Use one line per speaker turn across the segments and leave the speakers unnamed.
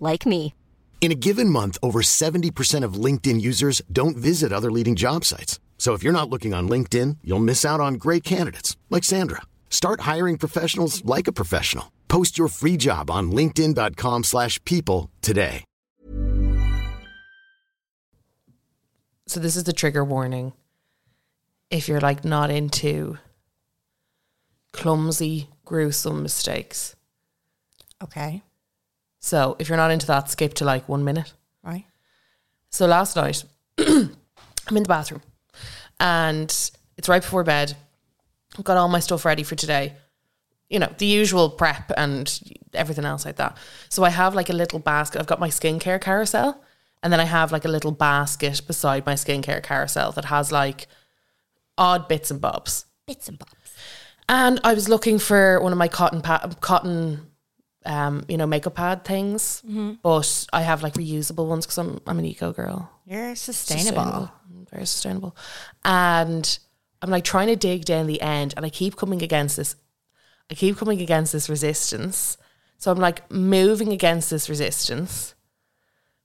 like me.
In a given month, over 70% of LinkedIn users don't visit other leading job sites. So if you're not looking on LinkedIn, you'll miss out on great candidates like Sandra. Start hiring professionals like a professional. Post your free job on linkedin.com slash people today.
So this is the trigger warning. If you're like not into clumsy, gruesome mistakes.
Okay.
So if you're not into that, skip to like one minute.
Right.
So last night, I'm in the bathroom and it's right before bed. I've got all my stuff ready for today. You know, the usual prep and everything else like that. So I have like a little basket. I've got my skincare carousel and then I have like a little basket beside my skincare carousel that has like odd bits and bobs.
Bits and bobs.
And I was looking for one of my cotton pa- cotton, um, you know, makeup pad things, but I have like reusable ones because I'm I'm an eco girl.
You're sustainable.
I'm very sustainable, and I'm like trying to dig down the end, and I keep coming against this. I keep coming against this resistance, so I'm like moving against this resistance.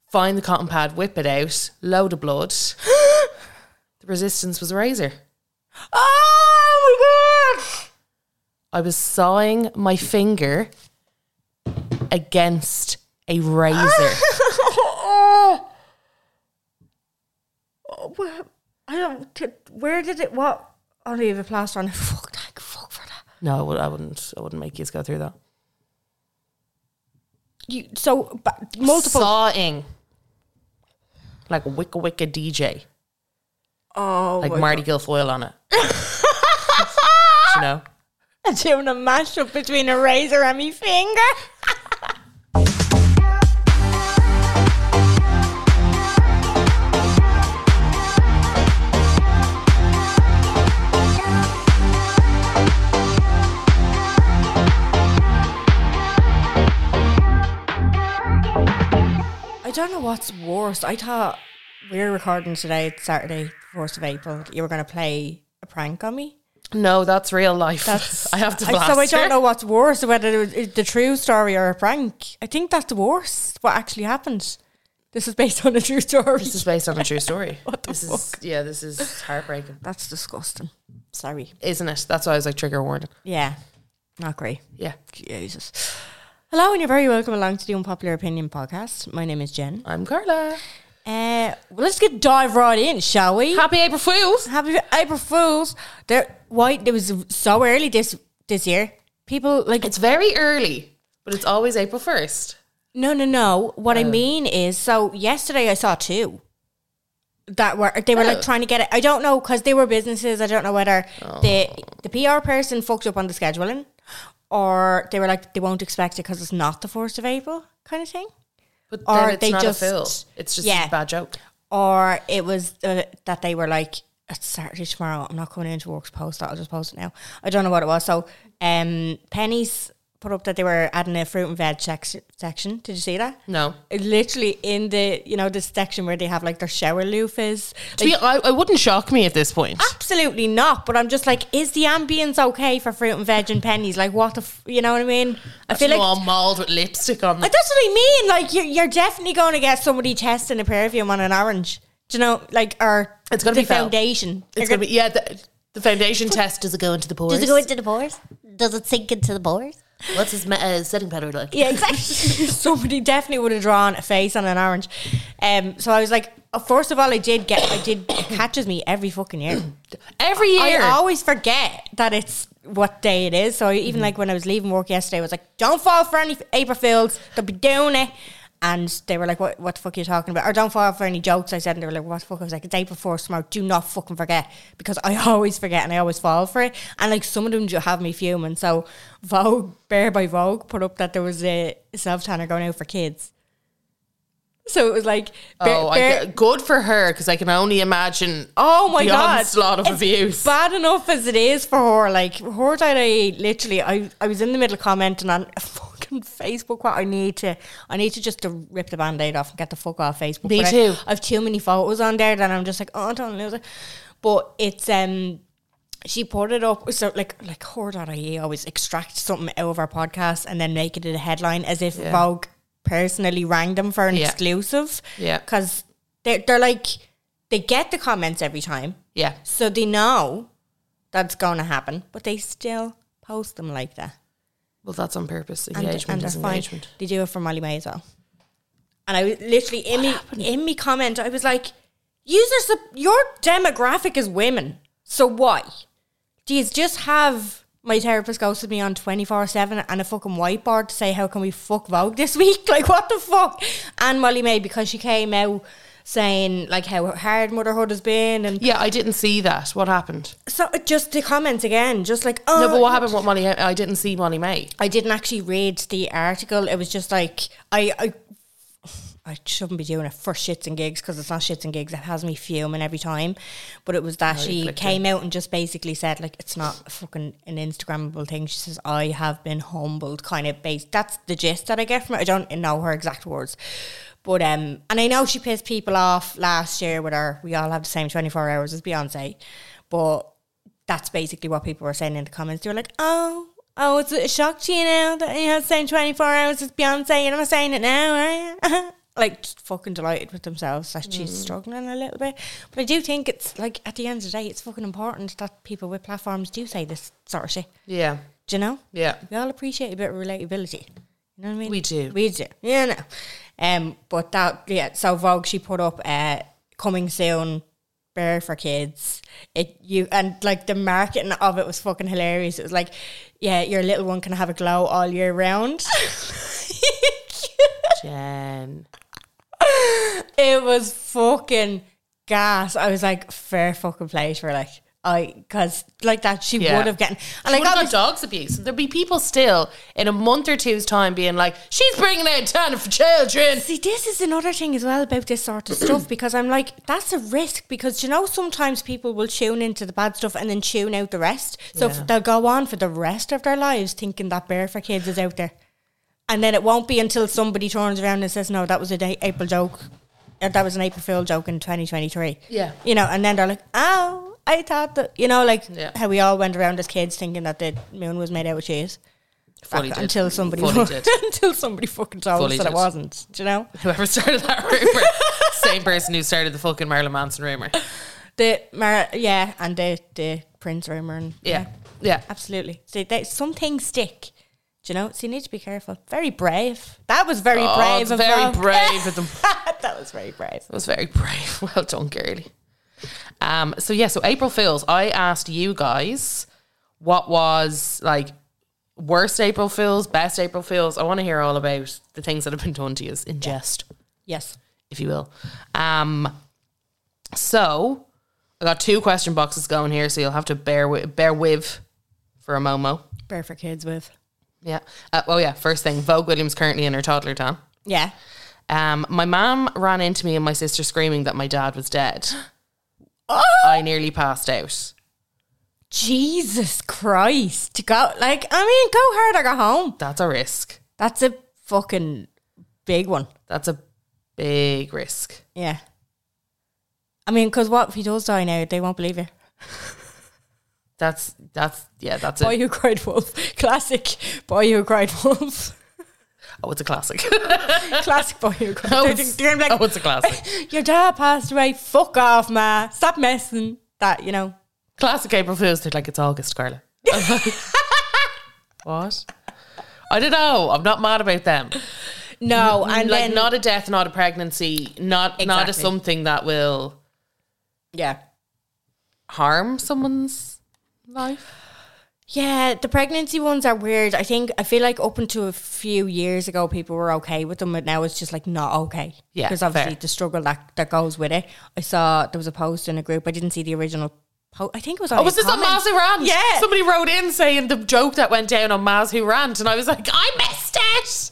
Find the cotton pad, whip it out, load of blood. the resistance was a razor.
Oh my god!
I was sawing my finger against a razor.
oh, oh, where- I don't. t- Where did it? What? I'll leave a plaster on it. Fuck that. Fuck for that.
no, I would- I wouldn't. I wouldn't make you go through that.
You so but multiple.
sawing, like wicka wicka DJ,
oh,
like
my
Marty Guilfoyle on it. you know.
God. doing a mashup between a razor and me finger. I don't know what's worse. I thought we were recording today. It's Saturday, fourth of April. You were going to play a prank on me.
No, that's real life.
That's
I have to.
I-
Blast
So I don't
her.
know what's worse, whether it was it's the true story or a prank. I think that's the worst. What actually happened? This is based on a true story.
This is based on a true story.
What the
this
fuck?
is yeah. This is heartbreaking,
that's disgusting. Sorry.
isn't it? That's why I was like trigger warning.
Yeah, not great.
Yeah,
Jesus. Hello, and you're very welcome along to the Unpopular Opinion podcast. My name is Jen.
I'm Carla.
Uh, well, let's get dive right in, shall we?
Happy April Fools.
Happy April Fools! There, why it was so early this this year? People like
It's very early, but it's always April 1st.
No, no, no. What I mean is, so yesterday I saw two that were they were like
Oh.
trying to get it. I don't know because they were businesses. I don't know whether the the PR person fucked up on the scheduling, or they were like they won't expect it because it's not the first of April kind of thing,
But
Or
then it's
they
not
just-
a fill. It's just
yeah.
a bad joke.
or it was uh, that they were like it's Saturday tomorrow. I'm not coming into work to post that. I'll just post it now. I don't know what it was. So, um, pennies put up that they were adding a fruit and veg section. section. Did you see that?
No.
literally in the you know the section where they have like their shower loofahs.
To be, I, it wouldn't shock me at this point.
Absolutely not. But I'm just like, is the ambience okay for fruit and veg and pennies? Like, what the f- you know what I mean? I feel like.
all mauled with lipstick on.
Uh,
Them.
That's what I mean. Like you're, you're definitely going to get somebody testing a perfume on an orange. Do you know, like, or
It's gonna
the
be foul.
foundation. They're
It's gonna be yeah. The, the foundation test does it go into the pores?
Does it go into the pores? Does it sink into the pores?
What's his ma- uh, setting powder like?
Yeah, exactly. Somebody definitely would have drawn a face on an orange. Um, so I was like, uh, first of all, I did get, I did it catches me every fucking year.
Every year.
I always forget that it's what day it is. So I-
Mm-hmm.
even like when I was leaving work yesterday, I was like, "Don't fall for any April Fools. They'll be doing it." And they were like, "What? What the fuck are you talking about?" Or don't fall for any jokes. I said, and they were like, "What the fuck?" I was like, "It's April Fool's tomorrow. Do not fucking forget because I always forget and I always fall for it." And like some of them just have me fuming. So Vogue, Bear by Vogue, put up that there was a self tanner going out for kids. So it was like,
Oh, I
bear-
get, good for her because I can only imagine.
Oh my
the
god!
onslaught of
It's
abuse.
Bad enough as it is for her. Like her that I literally, I, I was in the middle of commenting on a fucking Facebook. What I need to, I need to just to rip the band-aid off and get the fuck off Facebook.
Me
But I-
too.
I've too many photos on there that I'm just like, oh, I don't lose it. But it's um. She put it up so like like her.ie always extract something out of our podcast and then make it a headline as if Vogue personally rang them for an
Yeah.
exclusive.
Yeah.
Cause they're they're like they get the comments every time.
Yeah,
So they know that's gonna happen, but they still post them like that.
well, that's on purpose.
And,
Engagement
and they're
is
fine.
engagement.
They do it for Molly May as well. And I was literally in me in me comment, I was like, "User, sup- your demographic is women, so why do you just have my therapist goes with me on twenty four seven and a fucking whiteboard to say how can we fuck Vogue this week? Like what the fuck?" And Molly May because she came out saying like how hard motherhood has been and
Yeah, I didn't see that. What happened?
so just the comments again, just like oh
Uh,
No, but what happened with Molly? I didn't see Molly May.
I didn't actually read the article. It was just like I I, I shouldn't be doing it for shits and gigs because it's not shits and gigs. It has me fuming every time. But it was that she came out and just basically said like it's not fucking an Instagrammable thing. She says I have been humbled, kind of based. That's the gist that I get from it. I don't know her exact words. But um, and I know she pissed people off last year with her. We all have the same twenty four hours as Beyonce, but that's basically what people were saying in the comments. They were like, oh, oh, it's a shock to you now that you have the same 24 hours as Beyonce and I'm saying it now, are you? like, just fucking delighted with themselves that she's struggling a little bit. But I do think it's like, at the end of the day, it's fucking important that people with platforms do say this sort of shit.
Yeah,
Do you know?
yeah.
We all appreciate a bit of relatability. You know what I mean?
We do.
We do. Yeah, no. Um, but that yeah. So Vogue she put up uh, coming soon, bear for kids. It you and like the marketing of it was fucking hilarious. It was like, yeah, your little one can have a glow all year round.
Jen.
it was fucking gas. I was like, fair fucking play for like. I because like that she
Yeah.
would have gotten and
Like
like
what about
obviously-
dogs abuse? There'll be people still in a month or two's time being like, "She's bringing out Tanner for children."
See, this is another thing as well about this sort of stuff because I'm like, that's a risk because you know sometimes people will tune into the bad stuff and then tune out the rest. So
Yeah.
if they'll go on for the rest of their lives thinking that Bear for Kids is out there, and then it won't be until somebody turns around and says, "No, that was a day- April joke. Uh, That was an April Fool joke in 2023."
Yeah.
you know, and then they're like, "Oh, I thought that," you know, like
Yeah.
how we all went around as kids thinking that the moon was made out of cheese.
Fully
Back
did.
until somebody
Fully did.
until somebody fucking told
Fully
us that
did.
it wasn't. Do you know?
Whoever started that rumor, same person who started the fucking Marilyn Manson rumor.
The Mar- yeah, and the the Prince rumor and
Yeah, yeah.
absolutely. So they, some things stick. Do you know? So you need to be careful. Very brave. That was very brave.
it's
of
Oh, very
Val.
brave of them.
that was very brave.
It was very brave. Well done, girly. Um, so yeah, so April Fools. I asked you guys what was like worst April Fools, best April Fools. I want to hear all about the things that have been done to you in jest,
Yes.
if you will. Um, so I got two question boxes going here, so you'll have to bear with, bear with for a momo.
Bear for kids with.
Yeah. Uh, oh yeah. First thing, Vogue Williams currently in her toddler town.
Yeah.
Um, my mom ran into me and my sister screaming that my dad was dead.
Oh!
I nearly passed out.
Jesus Christ. To go like I mean, go hard or go home.
That's a risk.
That's a fucking big one.
That's a big risk.
Yeah. I mean, because what if he does die now? They won't believe you.
That's that's yeah. That's
Boy
a,
who cried wolf. Classic. Boy who cried wolf.
oh, it's a classic.
classic boy who cried.
Oh,
They're
it's-
just- they're like,
oh, it's a classic.
Your dad passed away. Fuck off, ma. Stop messing. That you know.
classic April Fools. They're like it's August, Carla. what? I don't know. I'm not mad about them.
No,
And
and
like
then
not a death, not a pregnancy, not not a
Exactly.
something that will
yeah,
harm someone's life.
yeah. The pregnancy ones are weird. I think I feel like up until a few years ago, people were okay with them, but now it's just like not okay.
Yeah,
because obviously
fair.
the struggle that that goes with it. I saw there was a post in a group. I didn't see the original. post. I think it was.
Oh, was this on
comment.
Maz who ran?
Yeah.
Somebody wrote in saying the joke that went down on Maz who ran, and I was like, I missed it.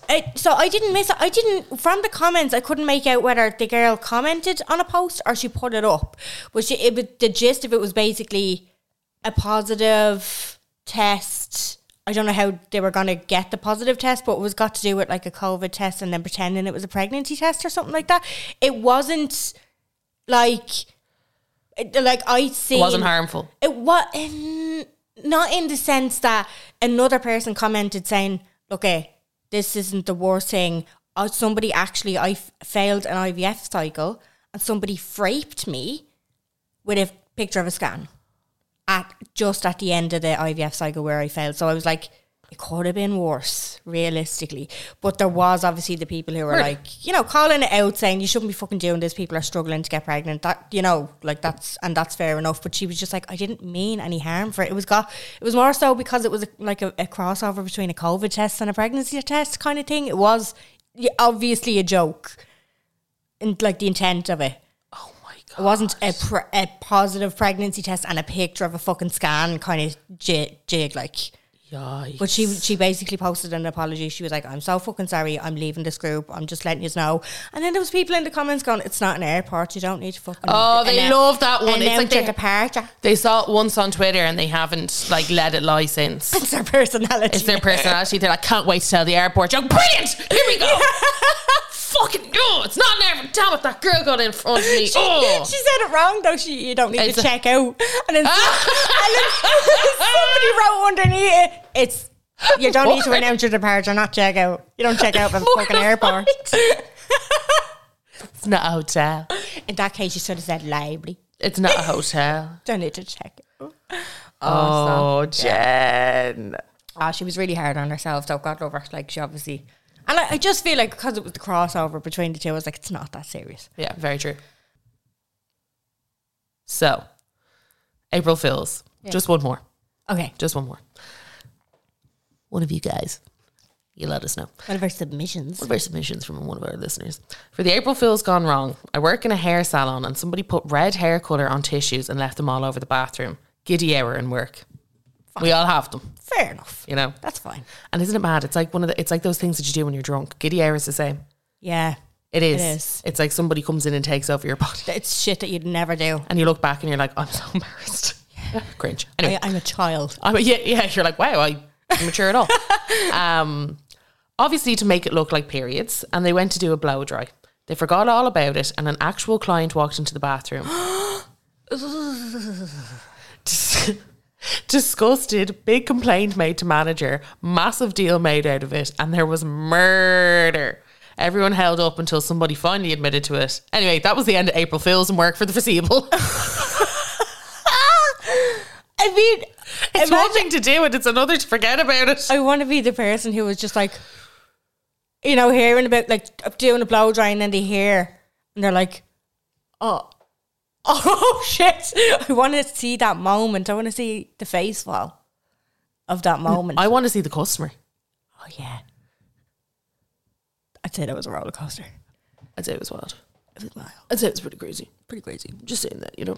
It, so I didn't miss. I didn't from the comments. I couldn't make out whether the girl commented on a post or she put it up. But she, it, was- the gist of it was basically a positive test. I don't know how they were going to get the positive test, but it was got to do with like a COVID test and then pretending it was a pregnancy test or something like that. It wasn't like it- like I see.
It wasn't harmful.
It was um, not in the sense that another person commented saying, "Look, eh, this isn't the worst thing. Uh, somebody actually, I f- failed an IVF cycle, and somebody fraped me with a picture of a scan at just at the end of the IVF cycle where I failed." So I was like. It could have been worse, realistically. But there was obviously the people who were
Right.
like, you know, calling it out, saying you shouldn't be fucking doing this. People are struggling to get pregnant. That you know, like that's and that's fair enough. But she was just like, I didn't mean any harm for it. It was got. It was more so because it was a, like a, a crossover between a COVID test and a pregnancy test kind of thing. It was yeah, obviously a joke, and like the intent of it.
Oh my god!
It wasn't a, pre- a positive pregnancy test and a picture of a fucking scan kind of jig, jig like.
Yikes.
But she she basically posted an apology. She was like, "I'm so fucking sorry. I'm leaving this group. I'm just letting you know." And then there was people in the comments going, "It's not an airport. You don't need to fucking."
Oh, they
annou-
love that one. It's like
announce your
they-
departure.
they saw it once on Twitter and they haven't like let it lie since.
It's their personality.
It's their personality. They're like, can't wait to tell the airport joke. Brilliant! Here we go. Fucking oh, it's not an airport. Damn it, that girl got in front of me.
She,
Oh.
she said it wrong though. She you don't need
It's
to
a- Ah.
check out. And then, and then somebody wrote underneath it. It's you don't need to
What?
announce your departure, not check out. You don't check out for the fucking airport.
It's not a hotel.
In that case, you should have said lively.
It's not a hotel.
Don't need to check it.
Oh, Jen.
Ah, she was really hard on herself, though. God love her. Like, she obviously. And I, I just feel like because it was the crossover between the two, I was like, it's not that serious.
Yeah, very true. So, April Fools. Just one more.
Okay.
Just one more. One of you guys. You let us know.
One of our submissions.
One of our submissions from one of our listeners. For the April Fool's Gone Wrong, I work in a hair salon and somebody put red hair colour on tissues and left them all over the bathroom. Giddy hour in work. We all have them,
Fair enough.
you know.
That's fine.
And isn't it mad? It's like one of the it's like those things that you do when you're drunk. Giddy hour is the same.
Yeah.
It is.
is.
It's like somebody comes in and takes over your body.
It's shit that you'd never do.
And you look back and you're like, I'm so embarrassed. Cringe. Anyway.
I, I'm a child.
I mean, yeah, yeah, you're like, wow, I am mature at all. um, obviously, to make it look like periods, and they went to do a blow dry. They forgot all about it, and an actual client walked into the bathroom. Dis- Disgusted, big complaint made to manager, massive deal made out of it, and there was murder. Everyone held up until somebody finally admitted to it. Anyway, that was the end of April Fool's and work for the foreseeable.
I mean,
it's one thing to do it, it's another to forget about it.
I want to be the person who was just like, you know, hearing about like doing a blow dry and then they hear and they're like, oh, oh shit. I want to see that moment. I want to see the face fall of that moment.
I want to see the customer.
oh, yeah. I'd say that was a roller coaster.
I'd say it was wild.
It was wild.
I'd say it was pretty crazy.
Pretty crazy.
Just saying that, you know.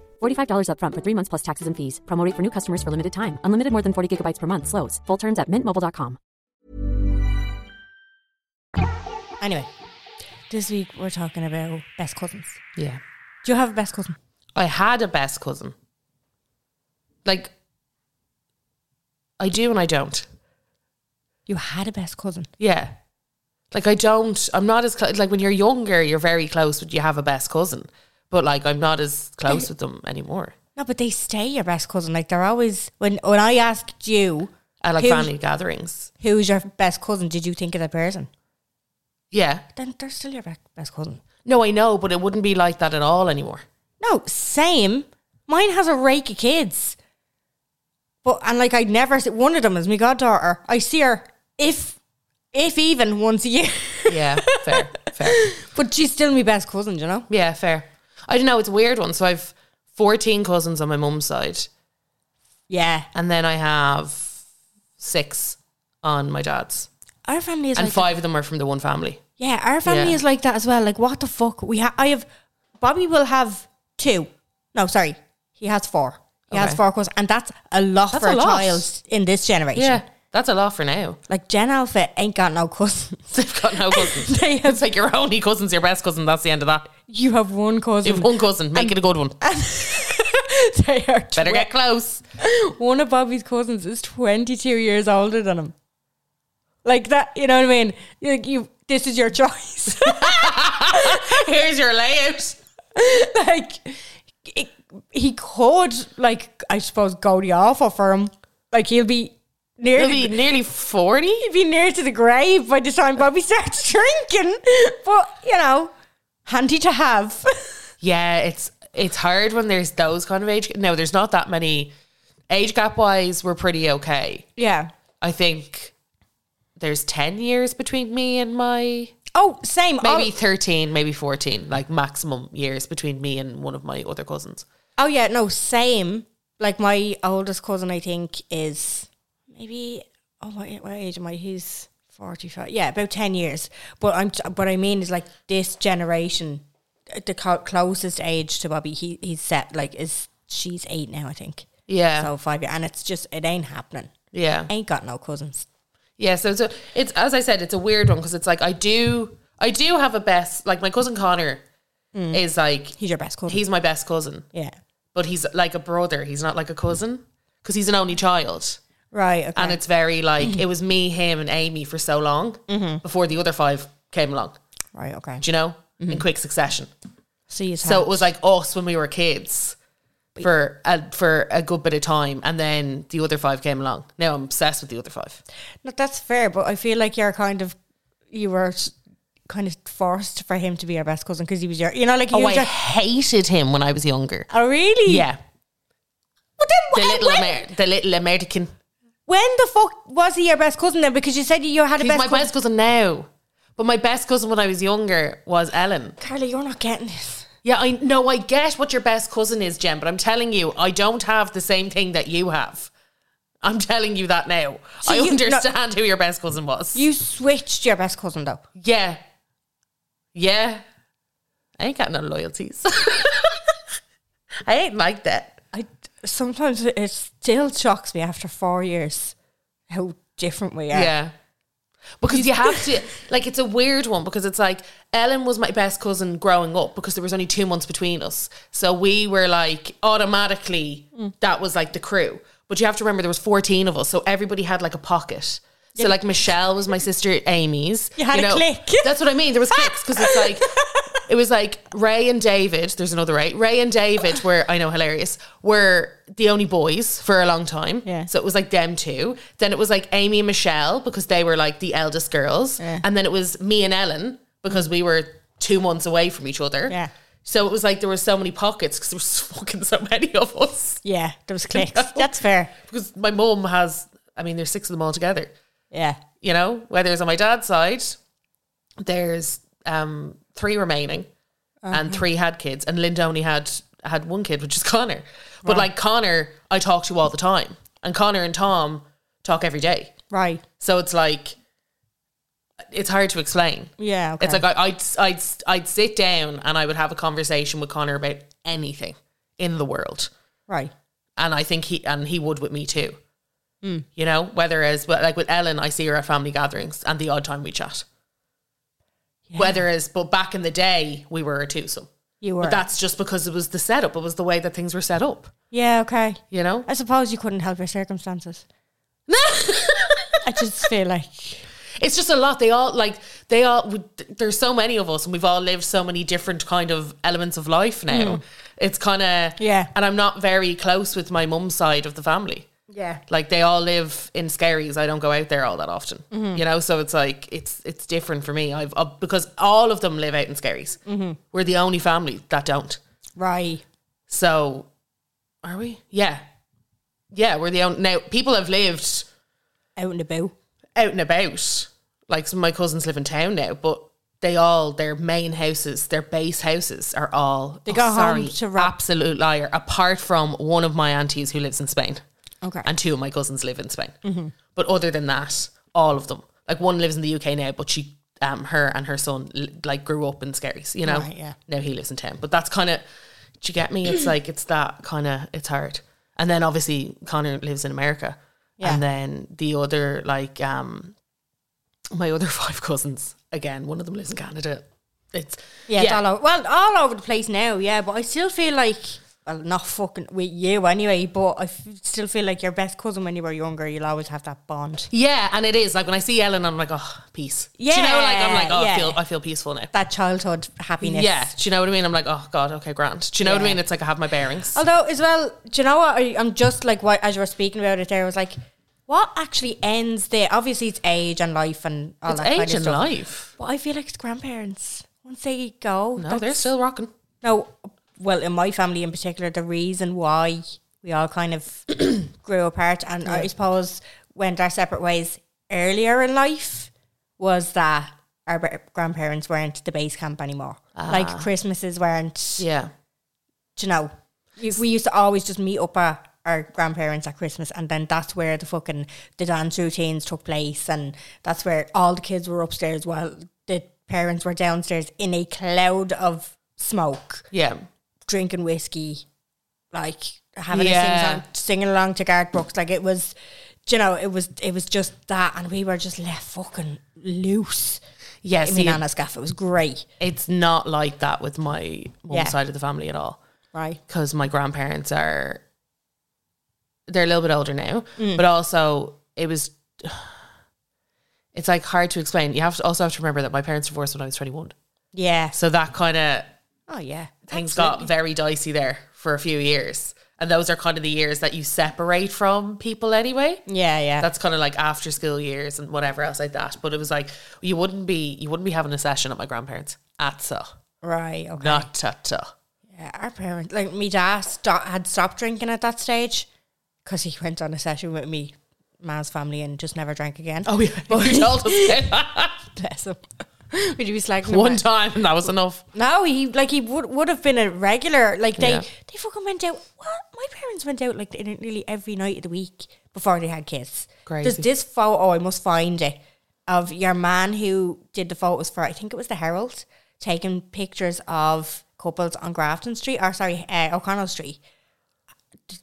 $45 upfront for three months plus taxes and fees. Promo rate for new customers for limited time. Unlimited more than 40 gigabytes per month. Slows. Full terms at mintmobile.com.
Anyway, this week we're talking about best cousins.
Yeah.
Do you have a best cousin?
I had a best cousin. Like, I do and I don't.
You had a best cousin.
Yeah. Like I don't, I'm not as close. Like when you're younger, you're very close, but you have a best cousin. But like I'm not as close with them anymore.
No, but they stay your best cousin. Like they're always when when I asked you
At like
Who-
family gatherings.
who's your best cousin, did you think of that person?
Yeah.
Then they're still your be- best cousin.
No, I know, but it wouldn't be like that at all anymore.
No, same. Mine has a rake of kids. But and like I never see, one of them is my goddaughter. I see her if if even once a year.
Yeah, fair, fair.
but she's still my best cousin, you know?
Yeah, fair. I don't know. It's a weird one. So I've 14 cousins on my mum's side,
Yeah.
and then I have six on my dad's,
Our family is
and
like
five of them are from the one family.
Yeah, our family
Yeah.
is like that as well. Like, what the fuck? We ha- I have Bobby will have two. No, sorry, he has four. He has
Okay.
four cousins, and that's a lot
That's
for
a
a,
lot.
child in this generation.
Yeah, that's a lot for now.
Like Jen Alpha ain't got no cousins.
They've got no cousins.
They have-
it's like your only cousin's your best cousin. That's the end of that.
You have one cousin.
You have one cousin. Make it a good one.
they are tw-
Better get close.
one of Bobby's cousins is twenty two years older than him. Like that, you know what I mean? Like you, this is your choice.
Here's your layout.
like it, he could like I suppose go the awful for him. Like he'll be near
You'll
the-
be nearly 40.
he'd be near to the grave by the time Bobby starts drinking. But you know, handy to have.
Yeah, it's it's hard when there's those kind of age. No, there's not that many. Age gap wise, we're pretty okay.
yeah.
I think there's 10 years between me and my
Oh, same.
maybe
Oh,
13, maybe 14, like maximum years between me and one of my other cousins.
oh yeah, no, same. Like my oldest cousin, I think is maybe oh what, what age am I? He's forty five. Yeah, about ten years. But I'm t- what I mean is like this generation, uh, the co- closest age to Bobby, he he's set like is she's eight now, I think.
Yeah.
So five years, and it's just it ain't happening.
yeah.
Ain't got no cousins.
Yeah, so it's, a, it's as I said, it's a weird one because it's like I do I do have a best like my cousin Connor is like
Mm. He's your best cousin.
he's my best cousin,
yeah.
but he's like a brother, he's not like a cousin because he's an only child.
Right. Okay.
And it's very like
Mm-hmm.
it was me, him, and Amy for so long before the other five came along.
right. Okay.
Do you know? In
Mm-hmm.
quick succession.
So you
So it was like us when we were kids for a, for a good bit of time, and then the other five came along. Now I'm obsessed with the other five.
no, that's fair, but I feel like you're kind of you were s- kind of forced for him to be your best cousin because he was your, you know, like he
Oh,
was
I
your,
hated him when I was younger.
oh really?
Yeah,
But
the
then wh-
little
when,
Amer- the little American.
when the fuck was he your best cousin then? Because you said you had a
He's
best
my
cousin.
best cousin now, but my best cousin when I was younger was Ellen.
Carly, you're not getting this.
Yeah, I know. I get what your best cousin is, Jen, but I'm telling you, I don't have the same thing that you have. I'm telling you that now.
So
I
you- no.
understand who your best cousin was.
You switched your best cousin though.
Yeah. Yeah. I ain't got no loyalties. I ain't like that.
I sometimes it- it still shocks me after four years how different we are.
Yeah. Because you have to, like, it's a weird one because it's like Ellen was my best cousin growing up because there was only two months between us. So we were like automatically,
Mm.
that was like the crew. But you have to remember there was 14 of us. So everybody had like a pocket. So like Michelle was my sister Amy's.
You had a clique.
That's what I mean. There was clicks because it's like it was like Ray and David. There's another Ray. Ray and David were I know hilarious. Were the only boys for a long time.
Yeah.
So it was like them two. Then it was like Amy and Michelle because they were like the eldest girls. And then it was me and Ellen because we were two months away from each other.
Yeah.
So it was like there were so many pockets because there was fucking so many of us.
Yeah, there was clicks. That's fair.
Because my mum has, I mean, there's six of them all together
Yeah.
you know, whether it's on my dad's side, there's um three remaining and three had kids and Linda only had had one kid, which is Connor. But like Connor, I talk to all the time. And Connor and Tom talk every day.
Right.
So it's like it's hard to explain.
Yeah. Okay.
It's like I, I'd, I'd I'd sit down and I would have a conversation with Connor about anything in the world
right.
and I think he and he would with me too. You know, whether as but like with Ellen, I see her at family gatherings and the odd time we chat. Whether as but back in the day we were a twosome,
You were.
but that's just because it was the setup. It was the way that things were set up.
yeah. Okay.
You know,
I suppose you couldn't help your circumstances. I just feel like
It's just a lot. They all like they all. we- There's so many of us, and we've all lived so many different kind of elements of life now. It's kind of
Yeah.
And I'm not very close with my mum's side of the family.
yeah,
Like they all live in Skerries. I don't go out there all that often,
Mm-hmm.
you know. So it's like it's it's different for me. I've uh, because all of them live out in Skerries.
Mm-hmm.
We're the only family that don't.
right.
So, are we? Yeah, yeah. We're the only now. People have lived
Out and about.
out and about. Like some of my cousins live in town now, but they all their main houses, their base houses are all oh,
They go home
sorry,
to ro-
absolute liar. Apart from one of my aunties who lives in Spain,
Okay.
and two of my cousins live in Spain. But other than that, all of them, like one lives in the UK now, but she, um, her and her son l- like grew up in Skerries, you know.
Right, yeah.
Now he lives in town, but that's kind of, do you get me? It's like it's that kind of it's hard. And then obviously Connor lives in America,
Yeah.
and then the other like um, my other five cousins again, one of them lives in Canada. It's
Yeah, it's all over, well, all over the place now. Yeah, but I still feel like well, not fucking with you anyway. But I f- still feel like your best cousin when you were younger, you'll always have that bond.
Yeah, and it is like when I see Ellen, I'm like, oh, peace. Yeah, you know, like I'm like, oh,
Yeah, yeah.
I feel I feel peaceful now.
That childhood happiness.
Yeah, do you know what I mean? I'm like, oh god, okay, grand. Do you know what I mean? It's like I have my bearings.
Although, as well, do you know what? I, I'm just like, what, as you were speaking about it there, I was like, what actually ends there? Obviously, it's age and life and all
it's
that kind
age
of
and
stuff.
life.
But I feel like it's grandparents. Once they go,
No, they're
that's-
still rocking.
No, well, in my family in particular, the reason why we all kind of grew apart and I suppose went our separate ways earlier in life was that our b- grandparents weren't the base camp anymore. Like Christmases weren't,
Yeah,
do you know, you- we used to always just meet up our, our grandparents at Christmas and then that's where the fucking, the dance routines took place and that's where all the kids were upstairs while the parents were downstairs in a cloud of smoke
yeah,
drinking whiskey, like having
Yeah.
a sing singing along to Garth Brooks. Like it was, do you know, it was it was just that, and we were just left fucking loose.
yeah.
I
see,
mean, Anna's gaff, it was great,
it's not like that with my mum's
Yeah.
side of the family at all.
right?
because my grandparents are they're a little bit older now, but also it was it's like hard to explain. You have to also have to remember that my parents divorced when I was twenty one,
Yeah.
so that kind of
Oh yeah.
things got very dicey there for a few years, and those are kind of the years that you separate from people anyway.
Yeah, yeah.
That's kind of like after school years and whatever else like that. But it was like you wouldn't be you wouldn't be having a session at my grandparents at so
right. Okay.
not tata.
Yeah, our parents, like me, dad sto- had stopped drinking at that stage because he went on a session with me. Ma's family and just never drank again.
Oh yeah, you told us
bless him. Would you be slagging him
one
out?
time and that was enough.
No, he like he would would have been a regular. Like they
Yeah.
they fucking went out. What my parents went out like in- nearly every night of the week before they had kids.
Crazy.
There's this photo I must find it of your man who did the photos for. I think it was the Herald taking pictures of couples on Grafton Street or sorry uh, O'Connell Street.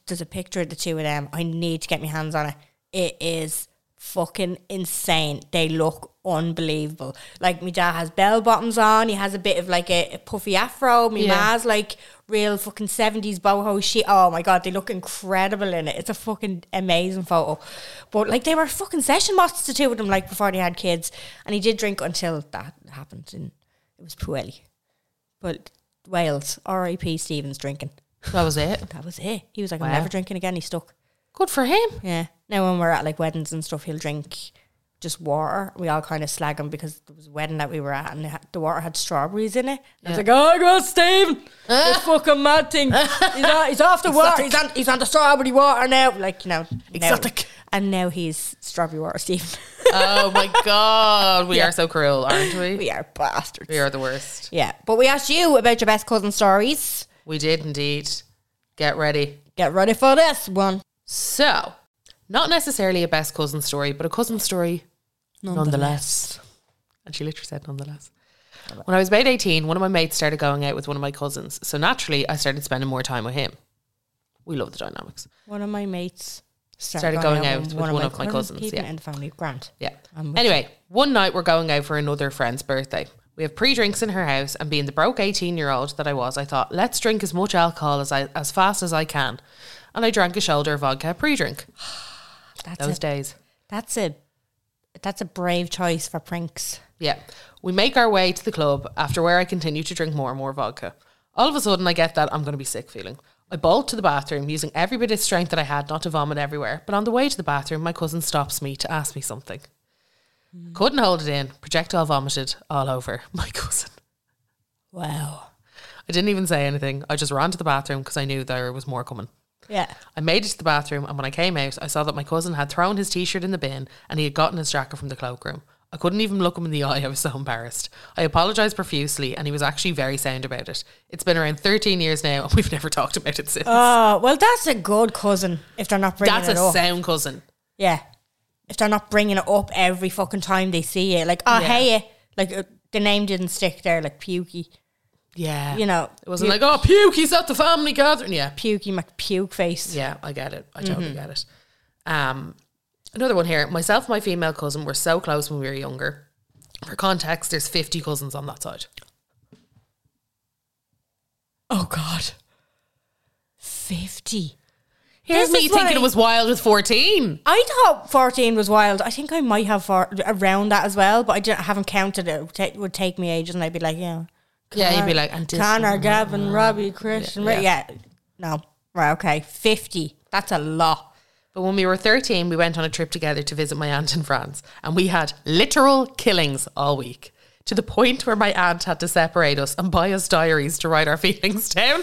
There's a picture of the two of them. I need to get my hands on it. It is fucking insane. They look unbelievable. Like my dad has bell bottoms on. He has a bit of like a, a puffy afro. My
Yeah.
ma's like real fucking seventies boho shit. Oh my god, they look incredible in it. It's a fucking amazing photo. But like they were fucking session mates the two of them. Like before they had kids, and he did drink until that happened, and it was Pueli. But Wales, R.I.P. Stevens drinking.
That was it.
That was it. He was like, I'm
Wow.
never drinking again. He stuck.
Good for him.
Yeah. Now when we're at like weddings and stuff, he'll drink just water. We all kind of slag him because there was a wedding that we were at and it had, the water had strawberries in it. And I was like, oh god, Stephen,
Ah.
this fucking mad thing. He's, on, he's off the water. He's on, he's on the strawberry water now. Like you know, now-
Exotic.
and now he's strawberry water, Stephen.
Oh my god, we are so cruel, aren't we?
we are bastards.
We are the worst.
Yeah, but we asked you about your best cousin stories.
We did indeed. Get ready.
Get ready for this one.
So, not necessarily a best cousin story, but a cousin story nonetheless. And she literally said nonetheless. When I was about 18, one of my mates started going out with one of my cousins. So naturally, I started spending more time with him. We love the dynamics.
One of my mates
Started going out with one of my cousins,
keeping
yeah.
it in the family. Grant.
Yeah.
I'm with
Anyway, one night we're going out for another friend's birthday. We have pre drinks in her house, and being the broke 18 year old that I was, I thought, let's drink as much alcohol as, I, as fast as I can. And I drank a shoulder of vodka pre drink
That's
those
a,
days.
That's a That's a brave choice for pranks.
Yeah. We make our way to the club, after where I continue to drink more and more vodka. All of a sudden, I get that I'm going to be sick feeling. I bolt to the bathroom, using every bit of strength that I had not to vomit everywhere. But on the way to the bathroom, my cousin stops me to ask me something. Couldn't hold it in. Projectile vomited all over my cousin.
Wow.
I didn't even say anything. I just ran to the bathroom because I knew there was more coming.
Yeah.
I made it to the bathroom, and when I came out, I saw that my cousin had thrown his t shirt in the bin and he had gotten his jacket from the cloakroom. I couldn't even look him in the eye, I was so embarrassed. I apologised profusely, and he was actually very sound about it. It's been around 13 years now, and we've never talked about it since.
Oh, well, that's a good cousin if they're not bringing
That's
it
a
up.
sound cousin.
yeah. If they're not bringing it up every fucking time they see it. Like, oh,
Yeah.
hey, eh. like uh, the name didn't stick there, like Pukey.
Yeah.
You know,
it wasn't like, oh, puke, he's at the family gathering. Yeah.
Pukey McPuke face.
Yeah, I get it. I
Mm-hmm.
totally get it. Um, another one here. Myself and my female cousin were so close when we were younger. For context, there's 50 cousins on that side.
Oh, God. 50.
Here's
This
me
is what
thinking
I-
it was wild with 14.
I thought 14 was wild. I think I might have four, around that as well, but I, didn't, I haven't counted it. It would, ta- would take me ages, and I'd be like, yeah.
Yeah, you'd be like, and this
Connor,
one.
Gavin, Robbie, Christian. Yeah. yeah. No. Right, okay. 50. That's a lot.
But when we were 13, we went on a trip together to visit my aunt in France, and we had literal killings all week. To the point where my aunt had to separate us and buy us diaries to write our feelings down.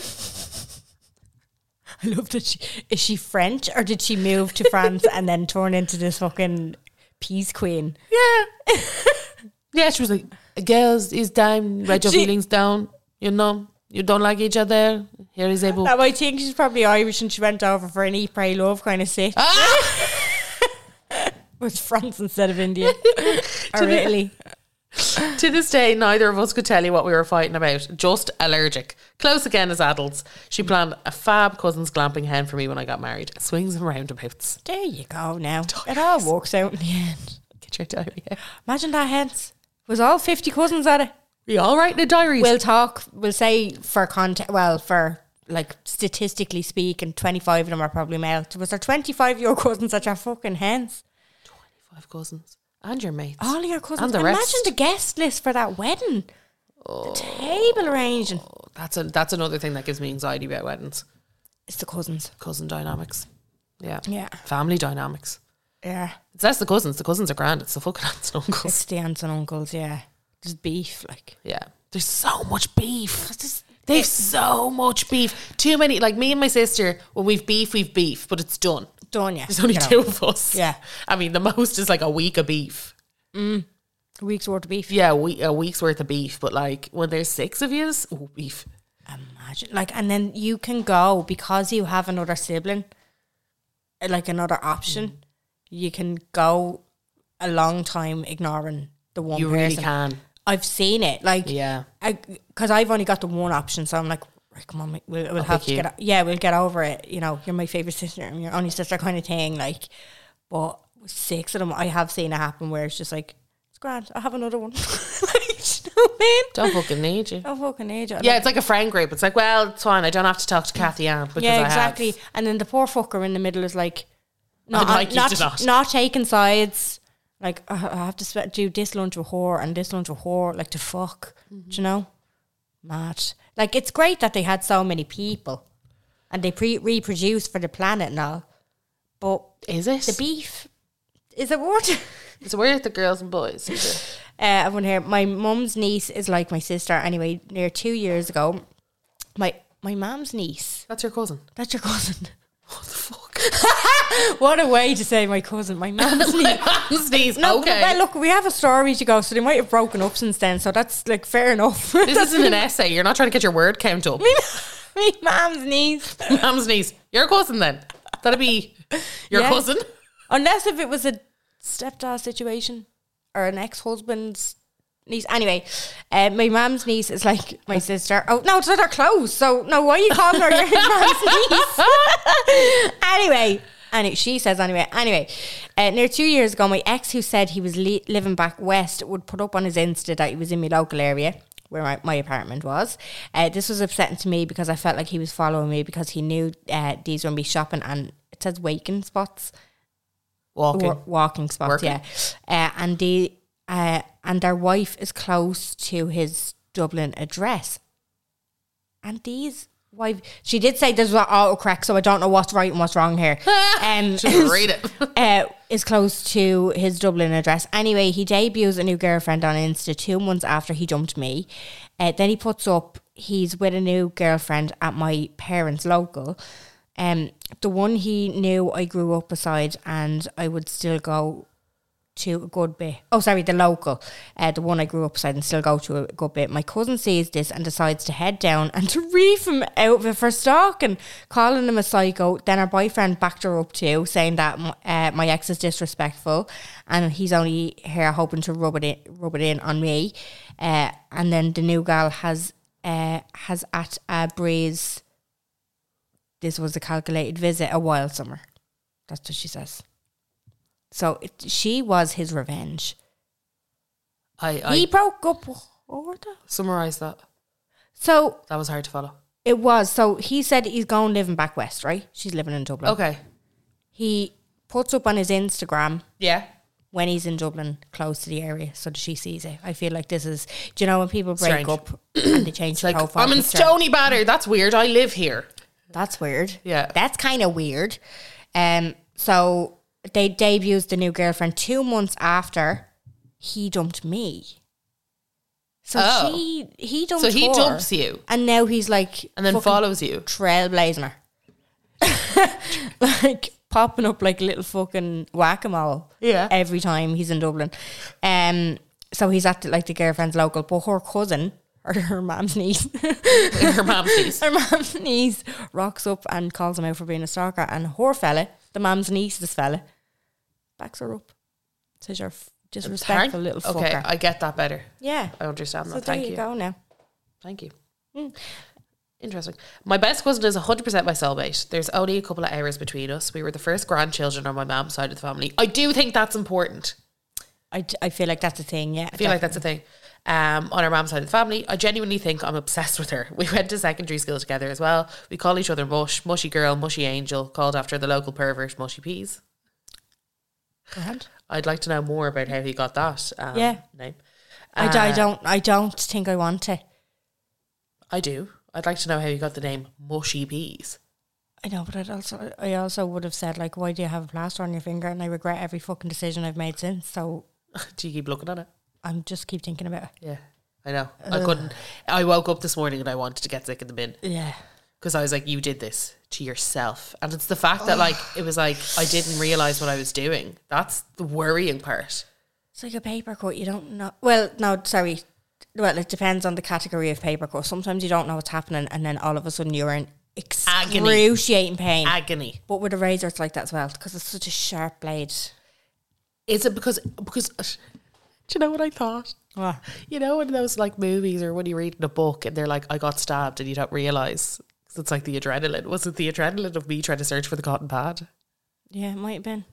I love that she is she French or did she move to France and then turn into this fucking peas queen?
Yeah. yeah, she was like, girls, it's time, write your
She-
feelings down. You know, you don't like each other. Here is a book.
No, I think she's probably Irish and she went over for an eat, pray, love kind of sit.
Ah!
was France instead of India or Italy?
to this day, neither of us could tell you what we were fighting about. Just allergic. Close again as adults. She planned a fab cousin's glamping hen for me when I got married. Swings and roundabouts.
There you go. Now it all works out in the end.
Get your diary out.
Imagine that. Hence, was all fifty cousins at it.
You all right in a diary?
We'll talk. We'll say for content. Well, for like statistically speaking, twenty five of them are probably male. Was there twenty five your cousins at your fucking hens?
five cousins and your mates.
All of your cousins.
And the
Imagine
rest.
the guest list for that wedding. The
Oh.
table arranging.
That's a that's another thing that gives me anxiety about weddings.
It's the cousins.
Cousin dynamics. Yeah.
Yeah.
Family dynamics.
Yeah.
It's less the cousins. The cousins are grand. It's the fucking aunts and uncles.
It's the aunts and uncles. Yeah. There's beef. Like
Yeah. There's so much beef. They've so much beef. Too many. Like me and my sister, when we've beef, we've beef, but it's done.
done. Yeah.
There's only
You know,
two of us.
Yeah.
I mean, the most is like a week of beef.
a week's worth of beef.
Yeah, a, week, a week's worth of beef. But like when there's six of you, oh, beef.
Imagine, like, and then you can go because you have another sibling, uh, like another option.
Mm.
You can go a long time ignoring the one.
You really
person.
can.
I've seen it, like,
Yeah.
because I've only got the one option, so I'm like, right, come on, mate, we'll, we'll have
pick
to
you.
get, o- yeah, we'll get over it. You know, you're my favorite sister, I'm your only sister, kind of thing. Like, but with six of them, I have seen it happen where it's just like, it's grand. I have another one. like, you know what I mean?
Don't fucking need you.
Don't fucking age it.
Yeah, it's like a friend group. It's like, well, it's fine. I don't have to talk to Kathy Ann because I
yeah,
have-
exactly. And then the poor fucker in the middle is like, not,
like you
not,
to not.
taking sides. Like, "Oh, I have to spe- do this lunch with her and this lunch with her. Like, to fuck.
Mm-hmm.
Do you know? Mad. Like, it's great that they had so many people and they pre- reproduce for the planet and all. But
Is it?
the beef, is it worth it?
It's weird the girls and boys.
Uh, everyone here. My mum's niece is like my sister. Anyway, near two years ago, my my mum's niece.
That's your cousin.
That's your cousin.
What the fuck?
What a way to say my cousin, my mum's niece.
Sneeze.
No,
okay.
but, well, look, we have a story to go, so they might have broken up since then. So that's like fair enough.
this isn't an essay. You're not trying to get your word count up.
me mum's niece.
Mum's niece. Your cousin then. That'd be your
Yeah.
cousin.
Unless if it was a stepdad situation or an ex-husband's niece. Anyway, uh, my mum's niece is like my sister. Oh no, it's not her clothes. So no, why are you calling her your mum's niece? anyway. Anyway, she says anyway. Anyway, uh, near two years ago, my ex, who said he was li- living back west, would put up on his Insta that he was in my local area where my, my apartment was. Uh, this was upsetting to me because I felt like he was following me because he knew uh, these were me shopping and it says waking spots
Walking.
wa- walking spots.
Working.
Yeah, uh, and the uh, and their wife is close to his Dublin address. And these wife, she did say this was autocorrect, so I don't know what's right and what's wrong here. um,
Just read it.
uh, is close to his Dublin address. Anyway, he debuts a new girlfriend on Insta two months after he dumped me. Uh, then he puts up he's with a new girlfriend at my parents' local. Um, the one he knew I grew up beside, and I would still go to a good bit. Oh, sorry, the local, uh, the one I grew up beside, and still go to a good bit. My cousin sees this and decides to head down and to reef him out of it for stalking, calling him a psycho. Then her boyfriend backed her up too, saying that m- uh, my ex is disrespectful and he's only here hoping to rub it in, rub it in on me. Uh, and then the new girl has uh, has at a breeze. This was a calculated visit, a wild summer. That's what she says. So it, she was his revenge.
I, I
he broke up order.
summarize that.
So
That was hard to follow.
it was. So he said he's going living back west, right? She's living in Dublin.
Okay.
He puts up on his Instagram
Yeah.
when he's in Dublin, close to the area, so that she sees it. I feel like this is, do you know, when people break
Strange.
up and they change
It's
their
like
profile.
I'm in
picture.
Stony Batter. That's weird. I live here.
That's weird.
Yeah.
That's kind of weird. Um, so they debuted the new girlfriend two months after he dumped me. So
Oh.
she he dumped
So he
her.
dumps you.
And now he's like
And then
fucking
follows you.
trailblazing her. like popping up like a little fucking whack a mole.
Yeah.
Every time he's in Dublin. Um so he's at like the girlfriend's local, but her cousin or her mom's niece
Her mom sees.
her mum's niece rocks up and calls him out for being a stalker. And her fella, the mum's niece, this fella, backs her up. Says you're f- disrespectful little fucker.
Okay, I get that better.
yeah.
I understand
so
that.
there
Thank
you,
you.
go now.
Thank you.
Hmm.
Interesting. My best cousin is 100% my soulmate. There's only a couple of hours between us. We were the first grandchildren on my mom's side of the family. I do think that's important.
I, d- I feel like that's a thing. Yeah.
I feel like that's a thing. Um, on our mom's side of the family, I genuinely think I'm obsessed with her. We went to secondary school together as well. We call each other Mush, Mushy Girl, Mushy Angel, called after the local pervert, Mushy Peas.
Grand.
I'd like to know more about how he got that um,
Yeah.
name.
I, d- I
Uh,
don't. I don't think I want to.
I do. I'd like to know how he got the name Mushy Peas.
I know, but I'd also I also would have said like, why do you have a plaster on your finger? And I regret every fucking decision I've made since. So
do you keep looking at it?
I'm just keep thinking about it.
Yeah, I know. I couldn't. I woke up this morning and I wanted to get sick in the bin
Yeah.
because I was like, "You did this to yourself," and it's the fact that like it was like I didn't realize what I was doing. That's the worrying part.
It's like a paper cut. You don't know. Well, no, sorry. Well, it depends on the category of paper cut. Sometimes you don't know what's happening, and then all of a sudden you're in
Agony.
excruciating pain.
Agony.
but with a razor, it's like that as well because it's such a sharp blade.
Is it because because? uh, Do you know what I thought?
What?
You know, in those like movies or when you're reading a book and they're like, "I got stabbed," and you don't realize. 'Cause It's like the adrenaline. Was it the adrenaline of me trying to search for the cotton pad?
Yeah, it might have been.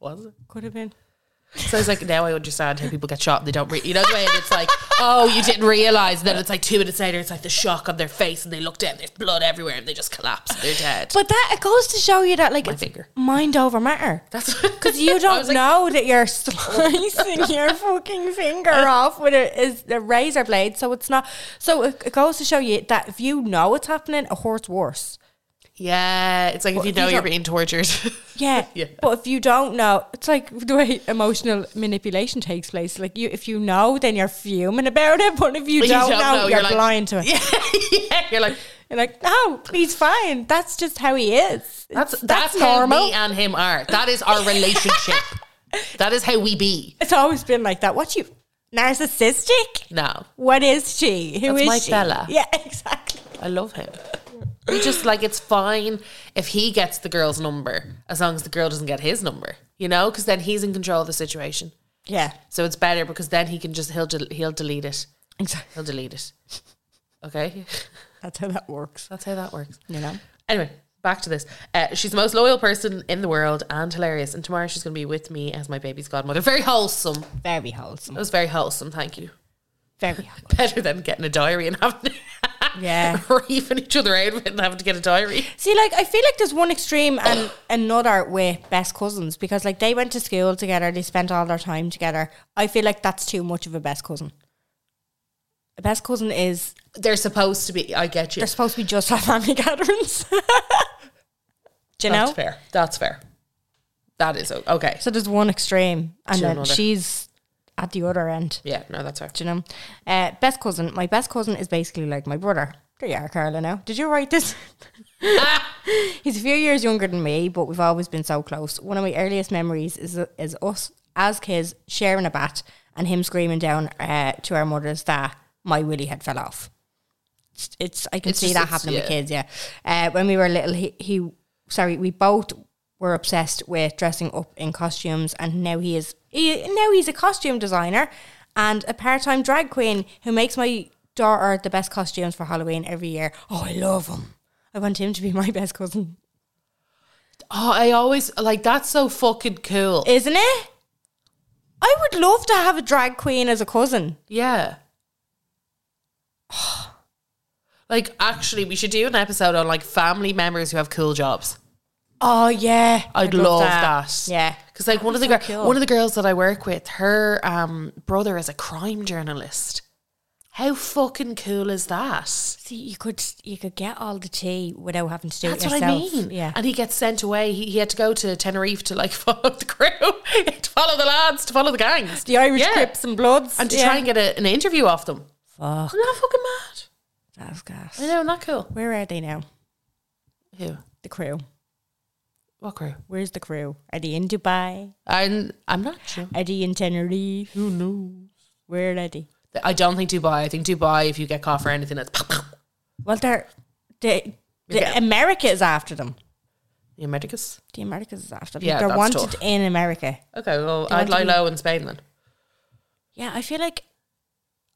Was it?
Could have been.
So it's like now I understand how people get shot. And they don't, re- you know the way. And it's like, oh, you didn't realize. And then it's like two minutes later, it's like the shock on their face, and they look down. There's blood everywhere, and they just collapse. And they're dead.
But that it goes to show you that like
My
it's
finger.
mind over matter.
That's
Because you
I
don't
was like,
know that you're slicing your fucking finger off with a, is a razor blade, so it's not. So it, it goes to show you that if you know it's happening, it hurts worse.
Yeah, it's like if
Well,
you
if you
know you're
don't-
being tortured.
Yeah.
Yeah.
But if you don't know, it's like the way emotional manipulation takes place. Like you, if you know, then you're fuming about it. But if you,
But
don't, know, you're,
like-
blind to it.
yeah, yeah, you're like
You're like, no, he's fine. That's just how he is.
that's
It's-
that's, how uh, me and him are. That is our relationship. that is how we be.
it's always been like that. What you narcissistic?
No,
What is she? Who
That's
is
my
she?
fella.
Yeah, exactly.
I love him. We just like it's fine if he gets the girl's number as long as the girl doesn't get his number, you know, because then he's in control of the situation.
Yeah,
So it's better because then he can just he'll del- he'll delete it.
exactly.
He'll delete it. Okay,
That's how that works.
that's how that works.
You know.
Anyway, back to this. Uh, she's the most loyal person in the world and hilarious. And tomorrow she's going to be with me as my baby's godmother. Very wholesome.
Very wholesome.
That was very wholesome. Thank you.
Very wholesome.
Better than getting a diary and having
Yeah.
or even each other out with and having to get a diary.
See, like I feel like there's one extreme and another with best cousins because like they went to school together, they spent all their time together. I feel like that's too much of a best cousin. A best cousin is
They're supposed to be. I get you.
they're supposed to be just our family gatherings. Do you
That's
know?
fair. That's fair. That is o- okay.
So there's one extreme, and
To
then
another.
she's at the other end.
Yeah, no, that's fair.
Do you know? Uh, best cousin. My best cousin is basically like my brother. There you are, Carla. Now, did you write this? He's a few years younger than me, but we've always been so close. One of my earliest memories is is us as kids sharing a bat and him screaming down uh, to our mothers that my willy had fell off. It's, it's I can
It's
see
just-
that
it's-
happening with
yeah.
kids. Yeah, uh, when we were little, he, he sorry, we both were obsessed with dressing up in costumes, and now he is he, now he's a costume designer and a part time drag queen who makes my daughter the best costumes for Halloween every year. Oh, I love him. I want him to be my best cousin.
Oh, I always like that's so fucking cool.
isn't it? I would love to have a drag queen as a cousin.
yeah. like actually, we should do an episode on like family members who have cool jobs.
Oh yeah,
I'd, love, that.
Yeah,
Because like one of the
That'd
girl,
be so cool.
one of the girls that I work with, her um, brother is a crime journalist. How fucking cool is that?
See, you could you could get all the tea without having to do
That's
it
what
yourself.
I mean.
Yeah,
And he gets sent away. He, he had to go to Tenerife to like follow the crew, to follow the lads, to follow the gangs,
the Irish
Yeah.
Crips and Bloods,
and to try and get a, an interview off them.
fuck.
Isn't that fucking mad?
That's gas.
I know, not cool.
Where are they now?
Who?
The crew.
What crew?
Where's the crew? Are they in Dubai?
I'm I'm not sure.
Are they in Tenerife? Who knows? Where are they?
I don't think Dubai. I think Dubai. If you get caught for anything, it's
Well, they're the the
Yeah.
America is after them.
the Americas.
The Americas is after them.
Yeah,
they're
that's
wanted
tough.
in America.
Okay, well,
Do you
I'd
want
lie
to be-
low in Spain then.
Yeah, I feel like,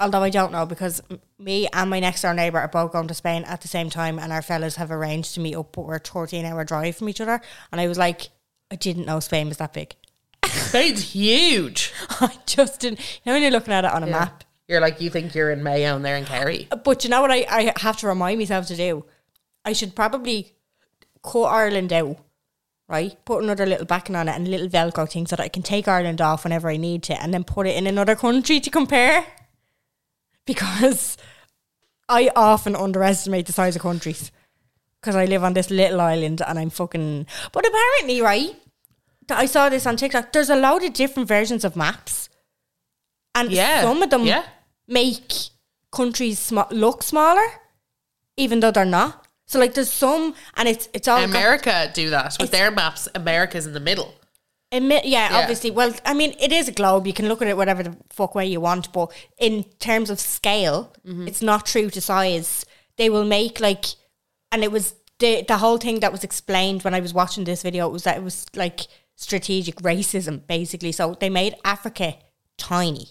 although I don't know, because m- me and my next door neighbour are both going to Spain at the same time, and our fellas have arranged to meet up, but we're a 13 hour drive from each other. And I was like, I didn't know Spain was that big.
Spain's huge.
I just didn't. You know, when you're looking at it on a map.
You're like, you think you're in Mayo and they're in Kerry.
But you know what I, I have to remind myself to do? I should probably cut Ireland out, right? Put another little backing on it and little Velcro thing so that I can take Ireland off whenever I need to and then put it in another country to compare. Because I often underestimate the size of countries because I live on this little island and I'm fucking. But apparently, right? that I saw this on TikTok. There's a load of different versions of maps, and
Yeah,
some of them
yeah.
make countries sm- look smaller, even though they're not. So like, there's some, and it's it's
Oh,
all got-
America do that with
It's-
their maps. America's in the middle.
Admit, yeah,
Yeah.
obviously. Well, I mean, it is a globe. You can look at it whatever the fuck way you want, but in terms of scale,
Mm-hmm.
it's not true to size. They will make like, and it was the the whole thing that was explained when I was watching this video was that it was like strategic racism, basically. So they made Africa tiny,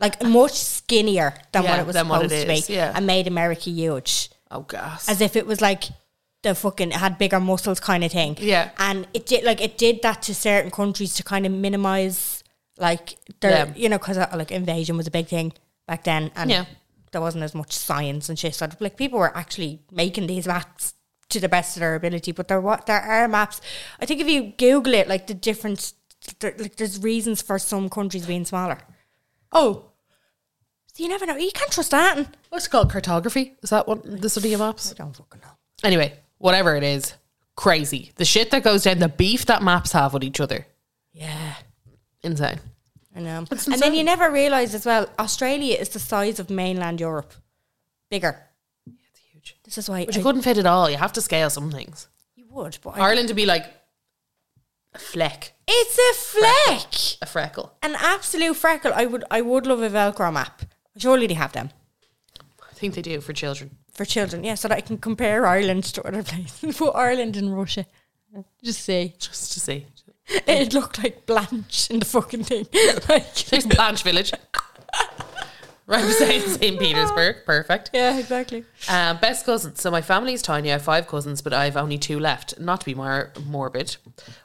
like much skinnier than what
Yeah,
it was
than what
supposed
it is,
to be,
yeah.
and made America huge
Oh, gosh.
as if it was like the fucking it had bigger muscles kind of thing.
Yeah.
and it did like it did that to certain countries to kind of minimize like their
Yeah.
you know because like invasion was a big thing back then and
Yeah.
there wasn't as much science and shit. So like people were actually making these maps to the best of their ability, but there what there are maps. I think if you Google it, like the different there, like there's reasons for some countries being smaller.
Oh,
So you never know. You can't trust that. I
what's it called? Cartography? Is that what the study of maps?
don't fucking know.
Anyway, whatever it is, crazy. The shit that goes down, the beef that maps have with each other.
Yeah.
Insane.
I know.
That's
And then you
insane.
never realise as well, Australia is the size of mainland Europe. Bigger.
huge.
This is why
But you
I-
couldn't fit it all. You have to scale some things.
you would, but I,
Ireland to be like a fleck,
it's a fleck.
a freckle.
An absolute freckle. I would I would love a Velcro map. Surely they have them.
I think they do for children.
For children, yeah, so that I can compare Ireland to other places. Put Ireland and Russia. Just see.
Just to see.
It'd look like Blanche in the fucking thing. like
There's Blanche Village. right beside St. Petersburg. Perfect.
Yeah, exactly.
Um, best cousins. So my family's tiny. I have five cousins, but I've only two left. Not to be more morbid,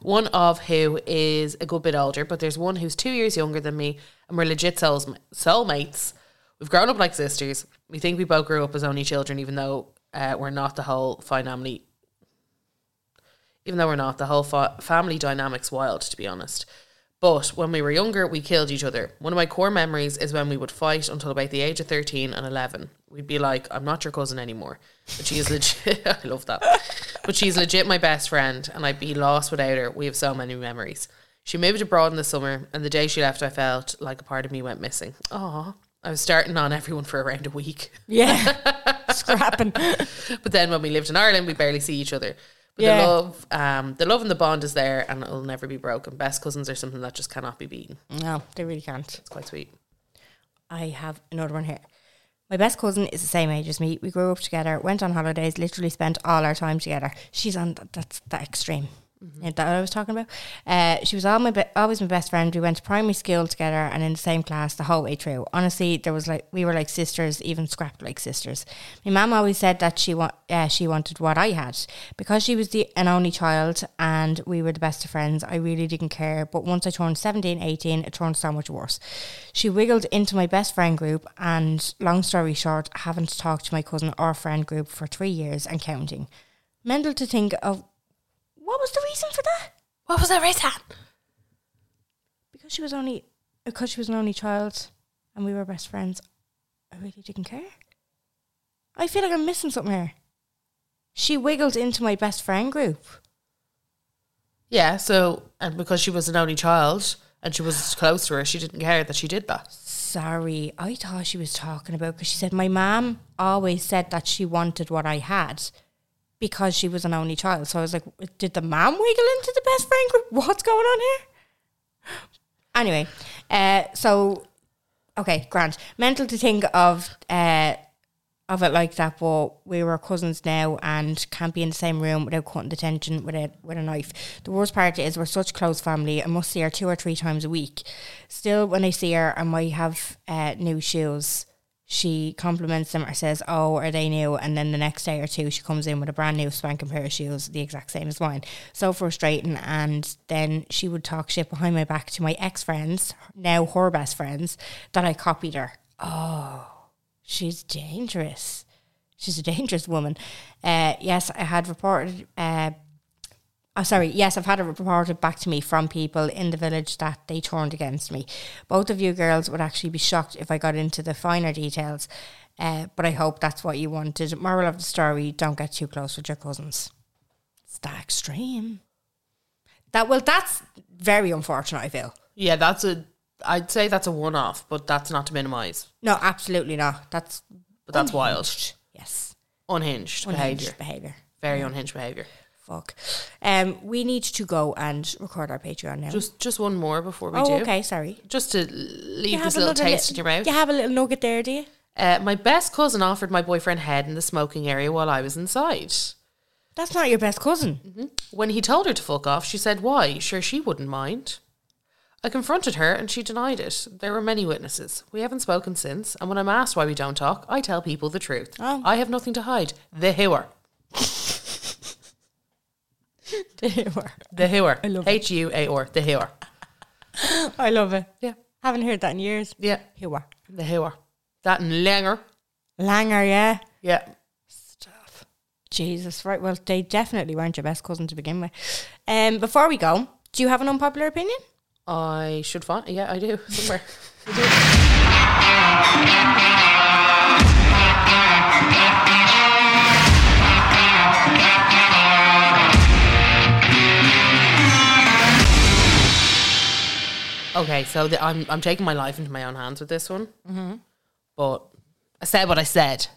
one of who is a good bit older, but there's one who's two years younger than me, and we're legit soul soulmates. We've grown up like sisters. We think we both grew up as only children, even though uh, we're not the whole family. Even though we're not the whole fa- family dynamics wild, to be honest. But when we were younger, we killed each other. One of my core memories is when we would fight until about the age of 13 and 11. We'd be like, I'm not your cousin anymore. But she is legit. I love that. But she's legit my best friend, and I'd be lost without her. We have so many memories. She moved abroad in the summer, and the day she left, I felt like a part of me went missing. Aw. I was starting on everyone for around a week.
Yeah. Scrapping.
But then when we lived in Ireland, we barely see each other. But
Yeah.
the love, um, the love and the bond is there, and it'll never be broken. Best cousins are something that just cannot be beaten.
No, they really can't.
It's quite sweet.
I have another one here. My best cousin is the same age as me. We grew up together, went on holidays, literally spent all our time together. She's on th- that's that extreme. Ain't that what I was talking about? Uh, she was all my be- always my best friend. We went to primary school together and in the same class the whole way through. Honestly, there was like we were like sisters, even scrapped like sisters. My mum always said that she wa- uh, she wanted what I had because she was the an only child and we were the best of friends. I really didn't care, but once I turned 17, 18, it turned so much worse. She wiggled into my best friend group, and long story short, I haven't talked to my cousin or friend group for three years and counting. Mendel to think of what was the reason for that?
What was that race hat?
Because she was only because she was an only child, and we were best friends. I really didn't care. I feel like I'm missing something here. She wiggled into my best friend group.
Yeah, so, and because she was an only child and she was close to her, she didn't care that she did that.
Sorry, I thought she was talking about because she said my mom always said that she wanted what I had because she was an only child. So I was like, did the mom wiggle into the best friend group? What's going on here? Anyway, uh, so okay, grand. Mental to think of uh, of it like that, but we were cousins now and can't be in the same room without cutting the tension with a with a knife. The worst part is we're such close family. I must see her two or three times a week. Still, when I see her, I might have uh, new shoes. She compliments them or says, "Oh, are they new?" And then the next day or two, she comes in with a brand new spanking pair of shoes, the exact same as mine. So frustrating. And then she would talk shit behind my back to my ex friends, now her best friends, that I copied her. Oh. She's dangerous. She's a dangerous woman. Uh, yes, I had reported. Uh, oh, sorry. Yes, I've had it reported back to me from people in the village that they turned against me. Both of you girls would actually be shocked if I got into the finer details, uh, but I hope that's what you wanted. Moral of the story: Don't get too close with your cousins. It's that extreme. That well, that's very unfortunate. I feel.
Yeah, that's a, I'd say that's a one off, but that's not to minimize.
No, absolutely not. That's
But that's wild.
unhinged. Yes,
Unhinged, behavior.
unhinged behavior.
Very unhinged behavior.
Fuck. Um, we need to go and record our Patreon now.
Just just one more before we
oh,
do.
okay. Sorry.
Just to leave
You
this
have
little
another
taste
li-
in your mouth.
You have a little nugget there, do you?
Uh, my best cousin offered my boyfriend head in the smoking area while I was inside.
That's not your best cousin.
When he told her to fuck off, she said, Why? Sure, she wouldn't mind. I confronted her and she denied it. There were many witnesses. We haven't spoken since, and when I'm asked why we don't talk, I tell people the truth.
Oh.
I have nothing to hide. The hooer. The hooer.
I love it.
H U A or. The hooer.
I love it.
Yeah.
Haven't heard that in years.
Yeah.
Who are?
The hooer. That and langer.
Langer, yeah.
Yeah.
Jesus, right. Well, they definitely weren't your best cousin to begin with. Um, before we go, do you have an unpopular opinion?
I should find. Yeah, I do. Somewhere. okay, so the, I'm I'm taking my life into my own hands with this one. Mm-hmm. But I said what I said.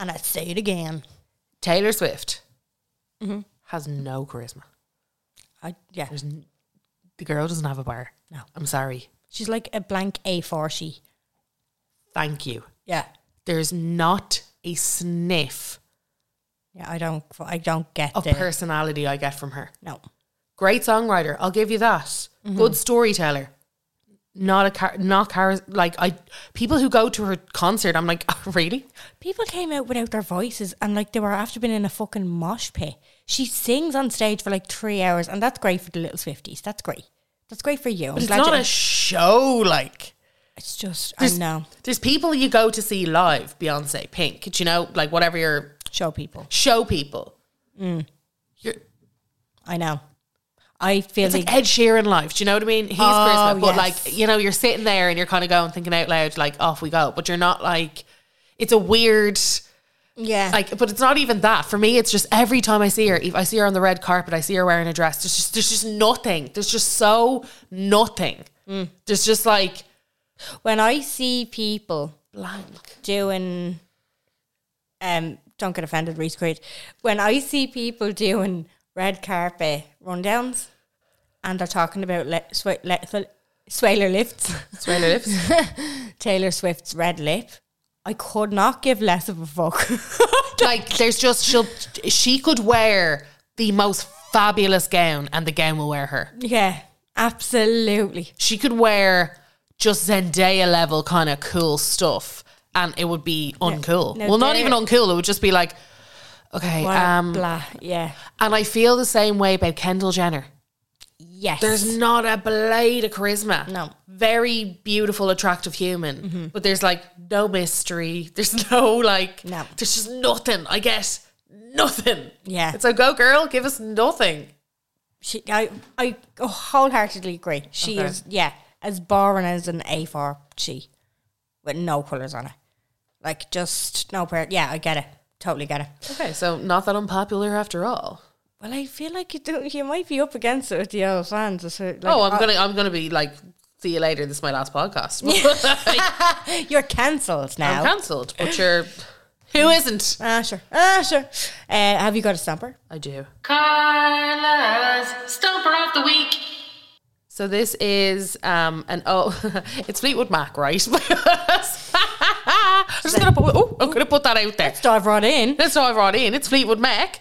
And I'd say it again.
Taylor Swift has no charisma.
I, yeah.
There's n- the girl doesn't have a bar.
No.
I'm sorry.
She's like a blank A4 she.
Thank you.
Yeah.
there's not a sniff
Yeah, I don't I don't get
of
the-
personality I get from her.
No.
Great songwriter, I'll give you that.
Mm-hmm.
Good storyteller. Not a car, not car. Like I, people who go to her concert, I'm like, "Oh, really?
People came out without their voices and like they were after being in a fucking mosh pit. She sings on stage for like three hours, and that's great for the little Swifties. That's great. That's great for you. I'm
But it's
glad
not
you-
a show. Like
It's just I
There's-
know
There's people you go to see live, Beyonce, Pink, do you know, like whatever your
show people.
show people.
Mm.
You're,
I know. I feel
it's
like,
like Ed Sheeran live, do you know what I mean? He's
Oh,
charisma, but
yes.
like, you know, you're sitting there and you're kind of going, thinking out loud, like, off we go. But you're not like, it's a weird,
yeah,
like, but it's not even that. For me, it's just every time I see her, if I see her on the red carpet, I see her wearing a dress, there's just, there's just nothing. There's just so nothing.
Mm.
There's just like
when I see people
blank.
doing um don't get offended Reese Creed when I see people doing red carpet rundowns and they're talking about le- swa- le- th- Swaler lifts Taylor Swift's red lip I could not give less of a fuck
like there's just she'll she could wear the most fabulous gown and the gown will wear her.
yeah absolutely
She could wear just Zendaya level kind of cool stuff and it would be uncool.
no,
well, not
there-
even uncool. It would just be like okay,
What a
um
blah yeah
and I feel the same way about Kendall Jenner.
yes
There's not a blade of charisma.
No. Mm-hmm.
Very beautiful, attractive human. But there's like no mystery. There's no like,
No.
there's just nothing. I guess nothing.
Yeah.
It's like, go girl, give us nothing.
she, I, I wholeheartedly agree she
Okay.
is yeah as boring as an A4 she with no colours on it like just no prayer yeah I get it totally get it
Okay, so not that unpopular after all.
Well, I feel like you do, you might be up against it with the old fans. it's, uh, Like,
oh, I'm gonna, I'm gonna be like, see you later. This is my last podcast.
uh, You're cancelled
I'm
now.
cancelled. But you're, who isn't?
Ah, sure. Ah, sure. Uh, have you got a stamper?
I do.
Carla's Stomper of the Week.
So this is um an oh it's Fleetwood Mac, right? I'm just gonna put oh, I'm gonna put that out there.
Let's dive right in.
Let's dive right in. It's Fleetwood Mac.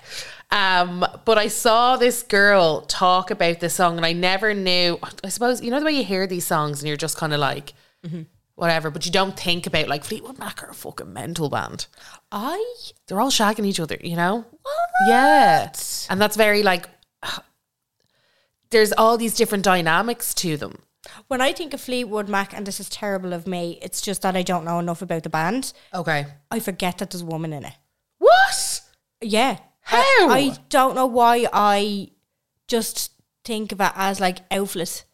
Um, but I saw this girl talk about this song, and I never knew. I suppose you know the way you hear these songs, and you're just kind of like, whatever. But you don't think about like Fleetwood Mac are a fucking mental band.
I
They're all shagging each other, you know. Yeah, and that's very like. There's all these different dynamics to them.
when I think of Fleetwood Mac, and this is terrible of me, it's just that I don't know enough about the band.
Okay.
I forget that there's a woman in it.
What?
Yeah.
How?
I, I don't know why I just think of it as like outfit.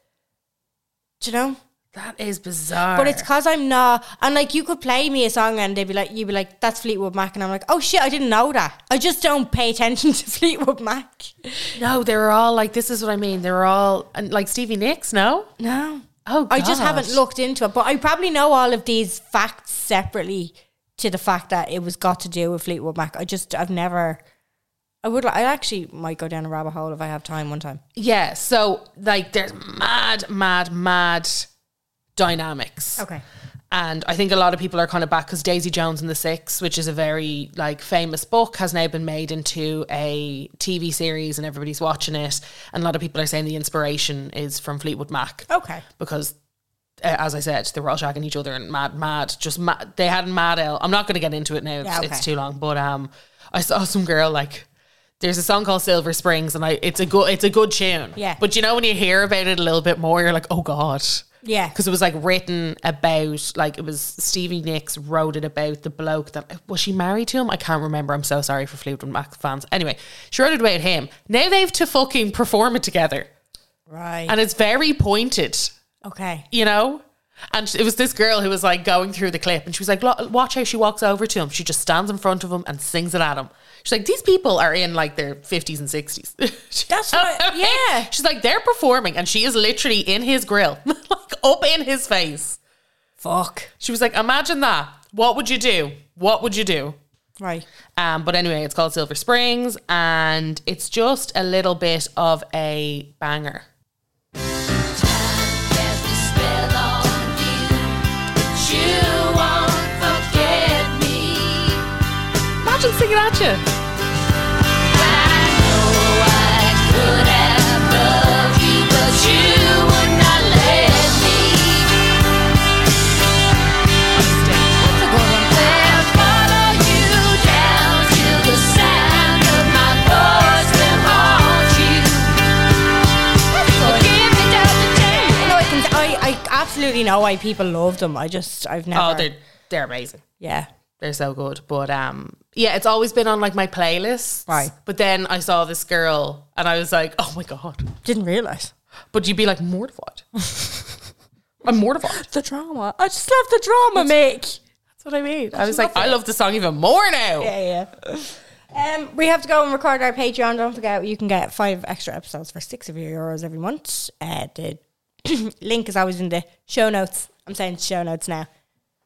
Do you know?
That is bizarre.
But it's because I'm not, and like you could play me a song and they'd be like, you'd be like, that's Fleetwood Mac. And I'm like, oh shit, I didn't know that. I just don't pay attention to Fleetwood Mac.
no, they were all like, this is what I mean. They were all and like Stevie Nicks, no?
No.
Oh,
I just
God.
haven't looked into it. But I probably know all of these facts separately to the fact that it was got to do with Fleetwood Mac. I just, I've never, I would, li- I actually might go down a rabbit hole if I have time one time.
Yeah. So like, there's mad, mad, mad dynamics.
Okay.
And I think a lot of people are kind of back because Daisy Jones and the Six, which is a very like famous book, has now been made into a TV series and everybody's watching it. And a lot of people are saying the inspiration is from Fleetwood Mac.
Okay.
because uh, as I said, they were all shagging each other and mad, mad, just mad. They had mad L. I'm not going to get into it now; it's,
Yeah, okay.
it's too long. But um, I saw some girl like. There's a song called Silver Springs, and I it's a good it's a good tune.
Yeah.
But you know when you hear about it a little bit more, you're like, oh god,
Yeah.
because it was like written about like it was Stevie Nicks wrote it about the bloke that was she married to him. I can't remember. I'm so sorry for Fleetwood Mac fans. Anyway, she wrote it about him. Now they have to fucking perform it together,
Right.
and it's very pointed
okay.
you know? And it was this girl who was like going through the clip and she was like, "Lo- watch how she walks over to him. She just stands in front of him and sings it at him. She's like, these people are in like their 50s and 60s.
That's what- yeah.
She's like, they're performing and she is literally in his grill, like up in his face.
Fuck.
She was like, imagine that. What would you do? What would you do?
Right.
Um, but anyway, it's called Silver Springs and it's just a little bit of a banger. Imagine singing at you.
No, I, can, I, I absolutely absolutely know why people love them. I just I've never.
Oh, they're they're amazing.
Yeah.
They're so good. But um yeah, it's always been on like my playlist.
Right.
But then I saw this girl and I was like, Oh my god.
Didn't realise.
But you'd be like mortified. I'm mortified.
The drama. I just love the drama, Mick.
That's what I mean. I was like, I love the song even more now.
Yeah, yeah. Um, we have to go and record our Patreon. Don't forget, you can get five extra episodes for six of your euros every month. Uh, the link is always in the show notes. I'm saying show notes now.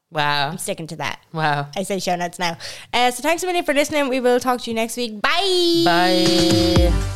Wow.
I'm sticking to that.
Wow.
I say show notes now. Uh, so thanks a million for listening. We will talk to you next week. Bye.
Bye.